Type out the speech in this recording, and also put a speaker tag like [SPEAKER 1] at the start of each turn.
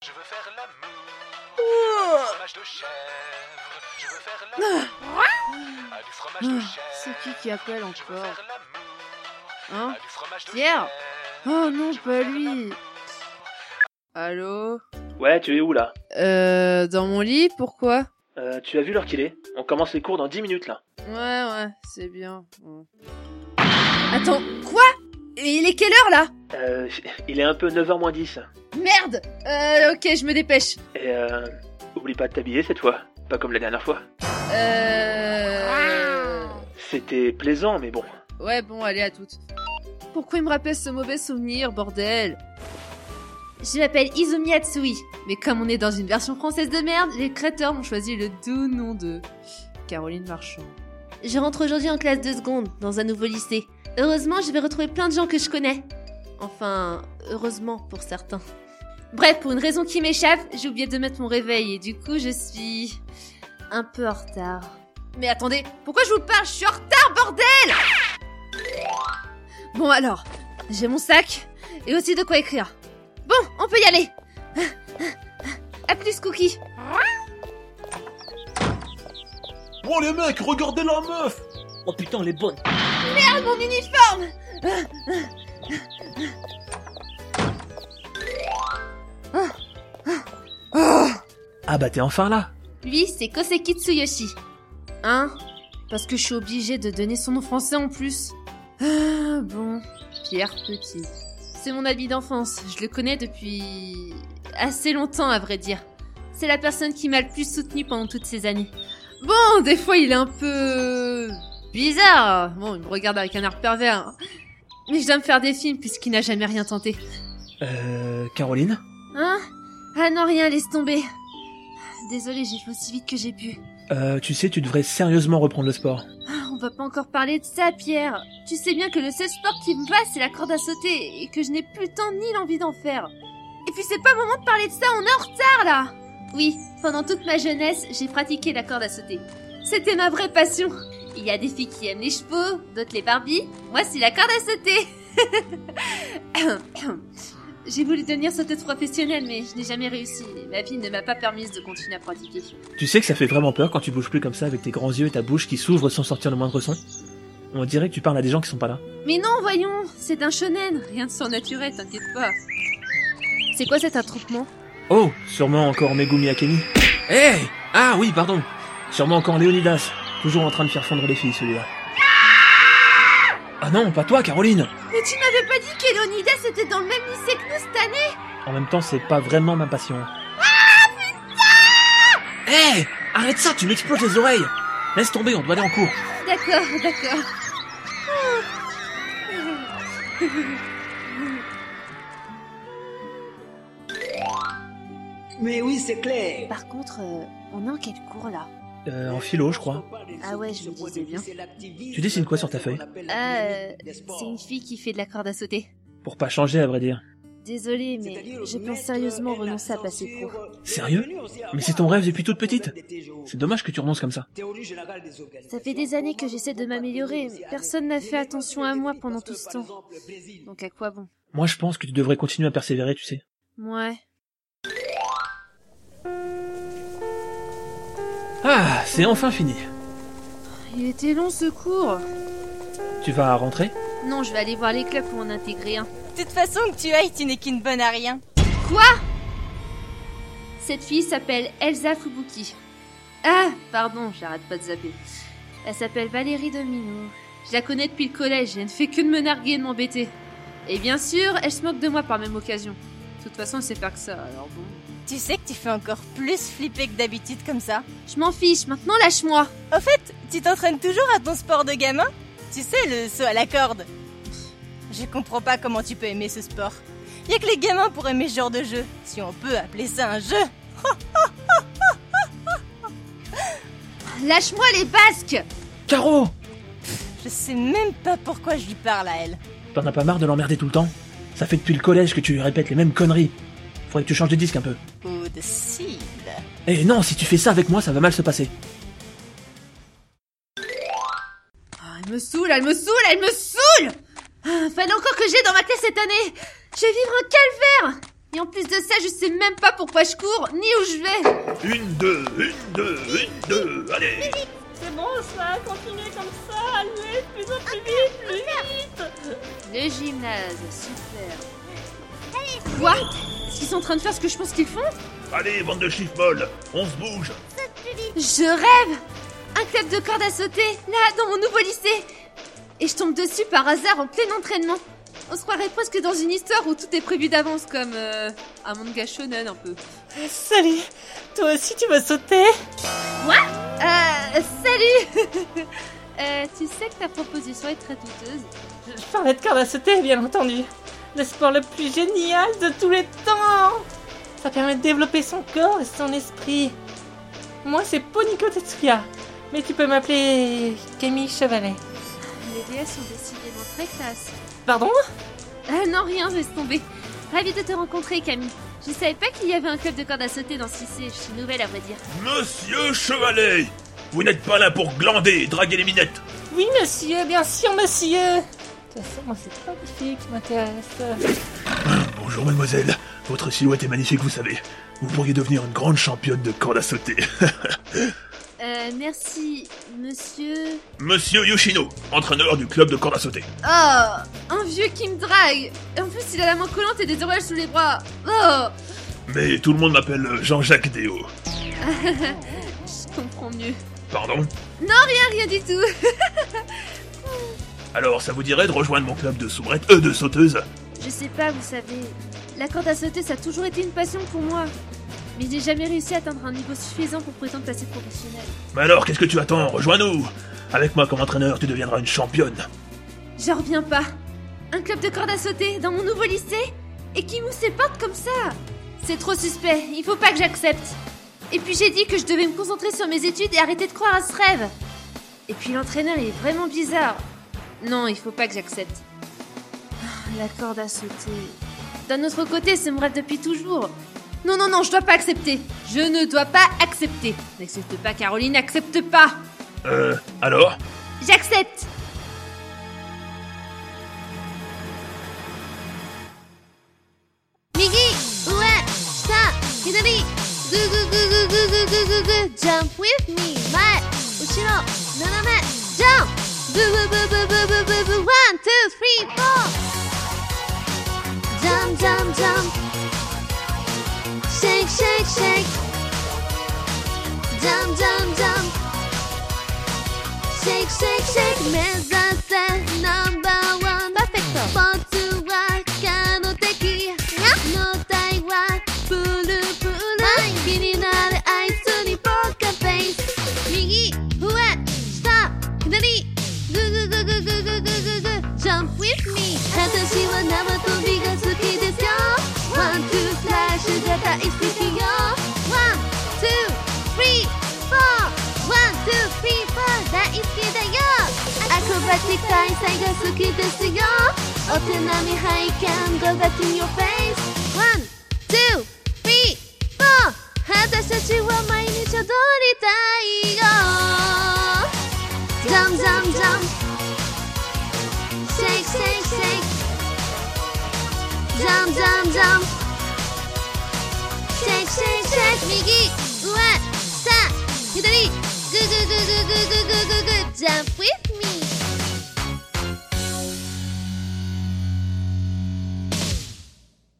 [SPEAKER 1] veux faire
[SPEAKER 2] Oh.
[SPEAKER 1] l'amour. à du fromage de chèvre. Je veux faire l'amour. à du fromage de chèvre.
[SPEAKER 2] Ah. C'est qui qui appelle
[SPEAKER 1] Je veux
[SPEAKER 2] encore
[SPEAKER 1] faire l'amour.
[SPEAKER 2] Hein
[SPEAKER 1] à du fromage de
[SPEAKER 2] Pierre
[SPEAKER 1] chèvre.
[SPEAKER 2] Oh non,
[SPEAKER 1] Je veux
[SPEAKER 2] pas
[SPEAKER 1] faire l'amour.
[SPEAKER 2] lui Allô
[SPEAKER 3] Ouais, tu es où là
[SPEAKER 2] Euh, dans mon lit, pourquoi
[SPEAKER 3] euh, Tu as vu l'heure qu'il est On commence les cours dans 10 minutes là.
[SPEAKER 2] Ouais, ouais, c'est bien. ouais. Attends, quoi Il est quelle heure là
[SPEAKER 3] Euh, il est un peu 9h moins 10.
[SPEAKER 2] Merde Euh, ok, je me dépêche.
[SPEAKER 3] Et euh, oublie pas de t'habiller cette fois. Pas comme la dernière fois.
[SPEAKER 2] Euh...
[SPEAKER 3] C'était plaisant, mais bon.
[SPEAKER 2] Ouais, bon, allez, à toutes. Pourquoi il me rappelle ce mauvais souvenir, bordel
[SPEAKER 4] Je m'appelle Izumi Atsui.
[SPEAKER 2] Mais comme on est dans une version française de merde, les créateurs ont choisi le doux nom de... Caroline Marchand.
[SPEAKER 4] Je rentre aujourd'hui en classe de seconde, dans un nouveau lycée. Heureusement, je vais retrouver plein de gens que je connais. Enfin, heureusement pour certains. Bref, pour une raison qui m'échappe, j'ai oublié de mettre mon réveil et du coup, je suis un peu en retard.
[SPEAKER 2] Mais attendez, pourquoi je vous parle Je suis en retard, bordel Bon alors, j'ai mon sac et aussi de quoi écrire.
[SPEAKER 4] Bon, on peut y aller. À plus, Cookie.
[SPEAKER 5] Oh les mecs, regardez la meuf Oh putain, elle est bonne
[SPEAKER 4] Mon uniforme.
[SPEAKER 3] Ah bah t'es enfin là
[SPEAKER 4] Lui, c'est Koseki Tsuyoshi.
[SPEAKER 2] Hein Parce que je suis obligée de donner son nom français en plus. Ah, bon, Pierre Petit.
[SPEAKER 4] C'est mon ami d'enfance. Je le connais depuis assez longtemps, à vrai dire. C'est la personne qui m'a le plus soutenu pendant toutes ces années.
[SPEAKER 2] Bon, des fois il est un peu... bizarre. Bon, il me regarde avec un air pervers. Mais je dois me faire des films puisqu'il n'a jamais rien tenté.
[SPEAKER 3] Euh, Caroline
[SPEAKER 4] Hein Ah non, rien, laisse tomber. Désolée, j'ai fait aussi vite que j'ai pu.
[SPEAKER 3] Euh, tu sais, tu devrais sérieusement reprendre le sport.
[SPEAKER 4] Ah, On va pas encore parler de ça, Pierre. Tu sais bien que le seul sport qui me va, c'est la corde à sauter, et que je n'ai plus le temps ni l'envie d'en faire. Et puis c'est pas le moment de parler de ça, on est en retard là Oui, pendant toute ma jeunesse, j'ai pratiqué la corde à sauter. C'était ma vraie passion. Il y a des filles qui aiment les chevaux, d'autres les Barbies. Moi, c'est la corde à sauter. j'ai voulu devenir sauteuse professionnelle, mais je n'ai jamais réussi. Ma vie ne m'a pas permise de continuer à pratiquer.
[SPEAKER 3] Tu sais que ça fait vraiment peur quand tu bouges plus comme ça avec tes grands yeux et ta bouche qui s'ouvre sans sortir le moindre son On dirait que tu parles à des gens qui sont pas là.
[SPEAKER 4] Mais non, voyons, c'est un shonen, rien de surnaturel, t'inquiète pas.
[SPEAKER 2] C'est quoi cet attroupement
[SPEAKER 3] Oh, sûrement encore Megumi Akemi. Eh,
[SPEAKER 6] Hey Ah oui, pardon.
[SPEAKER 3] Sûrement encore Léonidas. Toujours en train de faire fondre les filles, celui-là. Ah non, pas toi, Caroline
[SPEAKER 4] Mais tu m'avais pas dit qu'Elonidas était dans le même lycée que nous cette année
[SPEAKER 3] En même temps, c'est pas vraiment ma passion. Eh,
[SPEAKER 6] Hey Arrête ça, tu m'exploses les oreilles Laisse tomber, on doit aller en cours.
[SPEAKER 4] D'accord, d'accord.
[SPEAKER 7] Mais oui, c'est clair.
[SPEAKER 4] Par contre, euh, on est en quel cours là
[SPEAKER 3] Euh, en philo, je crois.
[SPEAKER 4] Ah ouais, je me disais bien.
[SPEAKER 3] Tu dessines quoi sur ta feuille
[SPEAKER 4] Euh, c'est une fille qui fait de la corde à sauter.
[SPEAKER 3] Pour pas changer, à vrai dire.
[SPEAKER 4] Désolée, mais je pense sérieusement renoncer à passer pro.
[SPEAKER 3] Sérieux Mais c'est ton rêve depuis toute petite C'est dommage que tu renonces comme ça.
[SPEAKER 4] Ça fait des années que j'essaie de m'améliorer, mais personne n'a fait attention à moi pendant tout ce temps. Donc à quoi bon
[SPEAKER 3] Moi, je pense que tu devrais continuer à persévérer, tu sais.
[SPEAKER 4] Ouais.
[SPEAKER 3] Ah, c'est enfin fini.
[SPEAKER 2] Il était long ce cours.
[SPEAKER 3] Tu vas rentrer
[SPEAKER 4] Non, je vais aller voir les clubs pour en intégrer un.
[SPEAKER 8] De toute façon, que tu ailles, tu n'es qu'une bonne à rien.
[SPEAKER 4] Cette fille s'appelle Elsa Fubuki. Ah, pardon, j'arrête pas de zapper. Elle s'appelle Valérie Domino. Je la connais depuis le collège et elle ne fait que de me narguer et de m'embêter. Et bien sûr, elle se moque de moi par même occasion. De toute façon, elle sait faire que ça, alors bon.
[SPEAKER 8] Tu sais que tu fais encore plus flipper que d'habitude comme ça.
[SPEAKER 4] Je m'en fiche, maintenant lâche-moi
[SPEAKER 8] Au fait, tu t'entraînes toujours à ton sport de gamin Tu sais, le saut à la corde. Je comprends pas comment tu peux aimer ce sport. Y a que les gamins pour aimer ce genre de jeu, si on peut appeler ça un jeu.
[SPEAKER 4] Lâche-moi les basques
[SPEAKER 3] Caro
[SPEAKER 8] Je sais même pas pourquoi je lui parle à elle.
[SPEAKER 3] T'en as pas marre de l'emmerder tout le temps Ça fait depuis le collège que tu lui répètes les mêmes conneries. Faudrait que tu changes de disque un peu.
[SPEAKER 8] Ou de cible.
[SPEAKER 3] Eh non, si tu fais ça avec moi, ça va mal se passer.
[SPEAKER 2] Ah, elle me saoule, elle me saoule, elle me saoule
[SPEAKER 4] Ah, Fallait encore que j'ai dans ma classe cette année Je vais vivre un calvaire Et en plus de ça, je sais même pas pourquoi je cours, ni où je vais.
[SPEAKER 5] Une, deux, une, deux, une, deux, allez
[SPEAKER 7] C'est bon ça, continuez comme ça, allez, de plus en plus vite, plus vite
[SPEAKER 4] Ah, Le gymnase, super. Quoi Est-ce qu'ils sont en train de faire ce que je pense qu'ils font
[SPEAKER 5] Allez, bande de chiffres molles, on se bouge
[SPEAKER 4] Je rêve Un club de cordes à sauter, là, dans mon nouveau lycée Et je tombe dessus par hasard en plein entraînement. On se croirait presque dans une histoire où tout est prévu d'avance, comme euh, un manga shonen un peu.
[SPEAKER 7] Salut Toi aussi tu vas sauter
[SPEAKER 4] Euh, salut Euh, tu sais que ta proposition est très douteuse.
[SPEAKER 7] Je parlais de corde à sauter, bien entendu. Le sport le plus génial de tous les temps Ça permet de développer son corps et son esprit. Moi, c'est Poniko Tetsuya. Mais tu peux m'appeler Camille Chevalet.
[SPEAKER 4] Les DS sont décidément très classe.
[SPEAKER 7] Pardon
[SPEAKER 4] Ah non, rien, laisse tomber. Ravie de te rencontrer, Camille. Je savais pas qu'il y avait un club de cordes à sauter dans ce lycée. Je suis nouvelle, à vrai dire.
[SPEAKER 5] Monsieur Chevalet Vous n'êtes pas là pour glander et draguer les minettes
[SPEAKER 7] Oui, monsieur, bien sûr, monsieur. De toute façon, moi, c'est pas les filles qui m'intéressent.
[SPEAKER 5] Bonjour mademoiselle, votre silhouette est magnifique, vous savez. Vous pourriez devenir une grande championne de corde à sauter.
[SPEAKER 4] Euh, merci, monsieur.
[SPEAKER 5] Monsieur Yoshino, entraîneur du club de corde à sauter.
[SPEAKER 4] Oh, un vieux qui me drague. Et en plus, il a la main collante et des oreilles sous les bras. Oh,
[SPEAKER 5] Mais tout le monde m'appelle euh, Jean-Jacques Déo.
[SPEAKER 4] je comprends mieux.
[SPEAKER 5] Pardon
[SPEAKER 4] Ah, rien du tout.
[SPEAKER 5] Alors ça vous dirait de rejoindre mon club de soubrettes, euh de sauteuses
[SPEAKER 4] Je sais pas, vous savez, la corde à sauter, ça a toujours été une passion pour moi. Mais j'ai jamais réussi à atteindre un niveau suffisant pour prétendre passer professionnel.
[SPEAKER 5] Mais alors qu'est-ce que tu attends Rejoins-nous Avec moi comme entraîneur, tu deviendras une championne.
[SPEAKER 4] J'en reviens pas. Un club de corde à sauter dans mon nouveau lycée et qui me sépare comme ça. C'est trop suspect, il faut pas que j'accepte. Et puis j'ai dit que je devais me concentrer sur mes études et arrêter de croire à ce rêve. Et puis l'entraîneur il est vraiment bizarre. Non, il faut pas que j'accepte. Ah, La corde à sauter. D'un autre côté, c'est mon rêve depuis toujours. Non, non, non, je dois pas accepter. Je ne dois pas accepter. N'accepte pas, Caroline, n'accepte pas.
[SPEAKER 5] Euh, alors
[SPEAKER 4] J'accepte.
[SPEAKER 9] Migi, ouais, ça, Hinami, go go go go go go go go go, jump with me, ouais, Ushiro, naname, jump, boo boo boo boo boo boo boo boo, one, two, three, four. Jump, jump, jump. Shake, shake, shake. Jump, jump, jump. Shake, shake, shake. 目指せナンバーワン。パーフェクト。スポーツは可の敵。の体はプルプル。気になるあいつにポーカーフェイス。右、上、下、左。グググググググググ。Jump with me。私は縄跳びが好きですよ。ワン、ツー、スラッシュが大好きよ。ワン、ツー、スリー、フォー。ワン、ツー、スリー、フォー。大好きだよ。アクロバティック大祭が好きですよ。お手並み拝見、go back in your face。ワン、ツー、スリー、フォー。私たちは毎日踊りたいよ。ジャンジャンジャン。Shake, shake, shake. Jump, jump, jump. Shake, shake, shake. 右、上、下、左。Good, good, good, good, good, good, good, good. Jump with